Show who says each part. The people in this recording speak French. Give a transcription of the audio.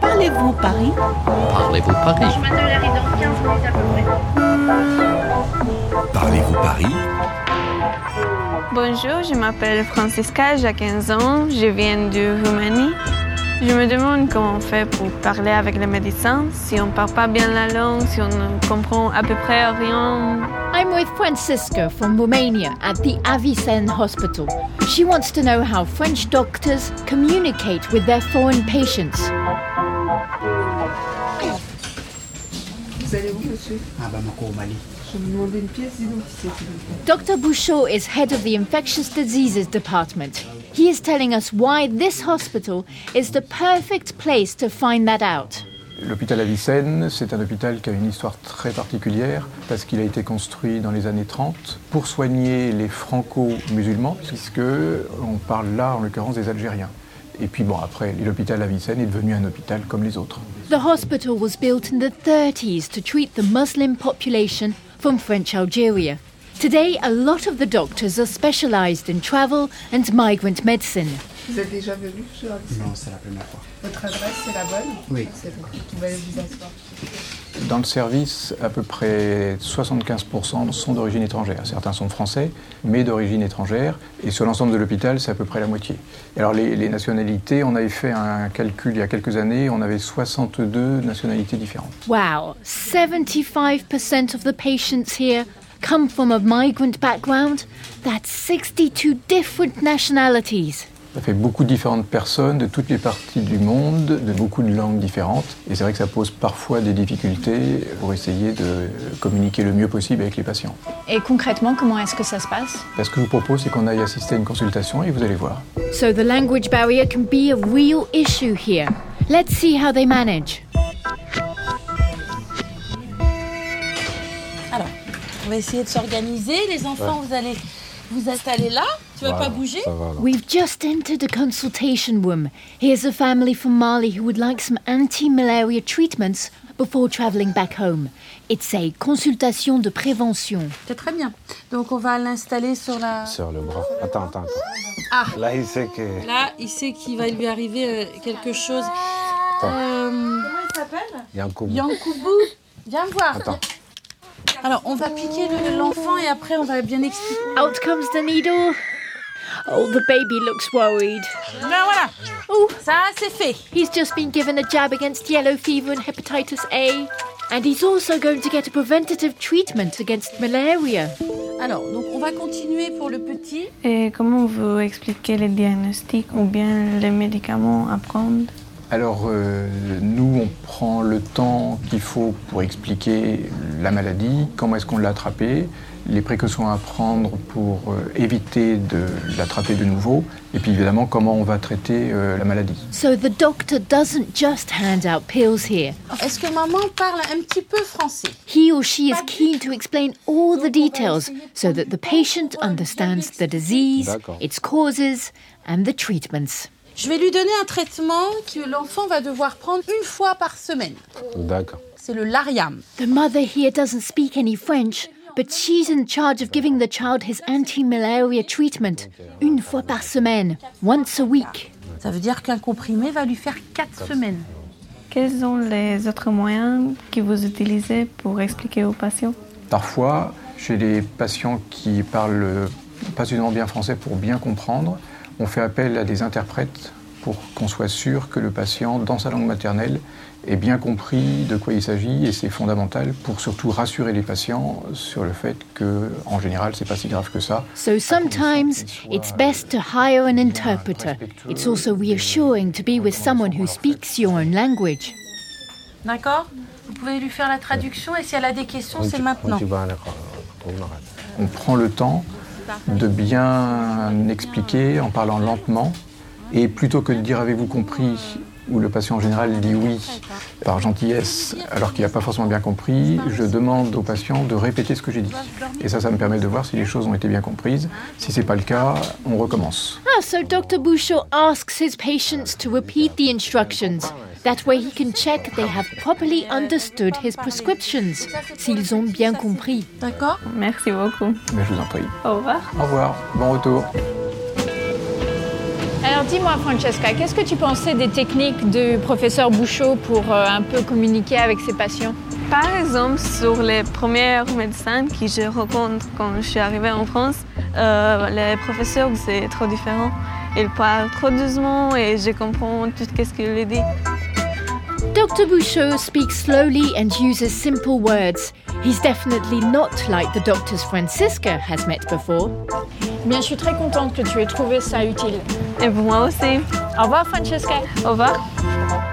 Speaker 1: Parlez-vous Paris
Speaker 2: Parlez-vous Paris
Speaker 3: Chemin de l'arrivée dans 15 minutes à peu près.
Speaker 4: Parlez-vous Paris
Speaker 5: Bonjour, je m'appelle Francisca, j'ai 15 ans, je viens de Roumanie. Je me demande comment on fait pour parler avec les médecins, si on ne parle pas bien la langue, si on ne comprend à peu près rien.
Speaker 6: I'm with Francisca from Romania at the Avicen Hospital. She wants to know how French doctors communicate with their foreign patients.
Speaker 7: Vous allez où, monsieur
Speaker 8: à Bamako au Mali.
Speaker 7: Je vais vous demander une pièce d'identité, s'il vous plaît.
Speaker 6: Dr. Bouchot is head of the infectious diseases department. He is telling us why this hospital is the perfect place to find that out.
Speaker 9: L'hôpital Avicenne, c'est un hôpital qui a une histoire très particulière parce qu'il a été construit dans les années 30 pour soigner les franco-musulmans, puisque on parle là en l'occurrence des Algériens. Et puis bon, après, l'hôpital Avicenne est devenu un hôpital comme les autres.
Speaker 6: The hospital was built in the 30s to treat the Muslim population from French Algeria. Today, a lot of the doctors are specialized in travel and migrant medicine.
Speaker 7: Vous êtes déjà venu sur Avicenne
Speaker 8: Non, c'est la première fois.
Speaker 7: Votre adresse, c'est la bonne
Speaker 8: Oui.
Speaker 7: Ah, C'est bon. Vous allez vous asseoir.
Speaker 9: Dans le service, à peu près 75% sont d'origine étrangère. Certains sont français, mais d'origine étrangère. Et sur l'ensemble de l'hôpital, c'est à peu près la moitié. Et alors les, les nationalités, on avait fait un calcul il y a quelques années, on avait 62 nationalités différentes.
Speaker 6: Wow, 75% of the patients here come from a migrant background. That's 62 different nationalities.
Speaker 9: Ça fait beaucoup de différentes personnes de toutes les parties du monde, de beaucoup de langues différentes. Et c'est vrai que ça pose parfois des difficultés pour essayer de communiquer le mieux possible avec les patients.
Speaker 10: Et concrètement, comment est-ce que ça se passe
Speaker 9: Là, ce que je vous propose, c'est qu'on aille assister à une consultation et vous allez voir.
Speaker 6: So the language barrier can be a real issue here. Let's see how they manage.
Speaker 11: Alors, on va essayer de s'organiser. Les enfants, vous allez vous installer là. Tu vas pas bouger
Speaker 6: We've just entered a consultation room. Here's a family from Mali who would like some anti-malaria treatments before travelling back home. It's a consultation de prévention.
Speaker 11: C'est très bien. Donc, on va l'installer sur la.
Speaker 12: Sur le bras. Attends, attends, attends.
Speaker 11: Ah.
Speaker 12: Là, il sait que.
Speaker 11: Là, il sait qu'il va lui arriver euh, quelque chose. Euh,
Speaker 12: Il y a un coup.
Speaker 11: Yankoubou, viens me voir.
Speaker 12: Attends.
Speaker 11: Alors, on va piquer le- l'enfant et après, on va bien expliquer.
Speaker 6: Out comes the needle. Oh, the baby looks worried.
Speaker 11: Ben voilà.
Speaker 6: Oh,
Speaker 11: Ça, c'est fait.
Speaker 6: He's just been given a jab against yellow fever and hepatitis A. And he's also going to get a preventative treatment against malaria.
Speaker 11: Alors, donc, on va continuer pour le petit.
Speaker 5: Et comment vous expliquez les diagnostics ou bien les médicaments à prendre
Speaker 9: Alors, euh, nous, on prend le temps qu'il faut pour expliquer la maladie, comment est-ce qu'on l'a attrapée, les précautions à prendre pour euh, éviter de l'attraper de nouveau, et puis évidemment comment on va traiter euh, la maladie.
Speaker 6: So the doctor doesn't just hand out pills here.
Speaker 11: Est-ce que maman parle un petit peu français
Speaker 6: He or she is keen to explain all the details so that the patient understands the disease,
Speaker 12: D'accord.
Speaker 6: its causes, and the treatments.
Speaker 11: Je vais lui donner un traitement que l'enfant va devoir prendre une fois par semaine.
Speaker 12: D'accord.
Speaker 11: C'est le lariam.
Speaker 6: The mother here doesn't speak any French, but she's in charge of giving the child his anti-malaria treatment une fois par semaine, once a week.
Speaker 11: Ça veut dire qu'un comprimé va lui faire 4 semaines.
Speaker 5: Quels sont les autres moyens que vous utilisez pour expliquer aux patients
Speaker 9: Parfois, chez les patients qui parlent euh, pas suffisamment bien français pour bien comprendre, on fait appel à des interprètes pour qu'on soit sûr que le patient, dans sa langue maternelle, ait bien compris de quoi il s'agit et c'est fondamental pour surtout rassurer les patients sur le fait que, en général, c'est pas si grave que ça.
Speaker 6: So sometimes it's best to hire an interpreter. It's also reassuring to be with someone who speaks your own language.
Speaker 11: D'accord Vous pouvez lui faire la traduction et si elle a des questions, c'est maintenant.
Speaker 9: On prend le temps de bien expliquer en parlant lentement et plutôt que de dire avez-vous compris où le patient en général dit oui par gentillesse alors qu'il n'a pas forcément bien compris, je demande au patient de répéter ce que j'ai dit. Et ça, ça me permet de voir si les choses ont été bien comprises. Si ce n'est pas le cas, on recommence.
Speaker 6: Ah, so Dr. Bouchot asks his patients to repeat the instructions. That way he can check they have properly understood his prescriptions, s'ils ont bien compris.
Speaker 11: D'accord
Speaker 5: Merci beaucoup.
Speaker 9: Mais je vous en prie.
Speaker 5: Au revoir.
Speaker 9: Au revoir, bon retour.
Speaker 10: Alors dis-moi Francesca, qu'est-ce que tu pensais des techniques du professeur Bouchot pour euh, un peu communiquer avec ses patients
Speaker 5: Par exemple, sur les premiers médecins que je rencontre quand je suis arrivée en France, euh, les professeurs, c'est trop différent. Ils parlent trop doucement et je comprends tout ce qu'ils disent.
Speaker 6: Dr. Bouchot speaks slowly and uses simple words. He's definitely not like the doctors Francisca has met before.
Speaker 10: Bien, je suis très contente que tu aies trouvé ça utile.
Speaker 5: Et pour moi aussi.
Speaker 10: Au revoir Francesca.
Speaker 5: Au revoir.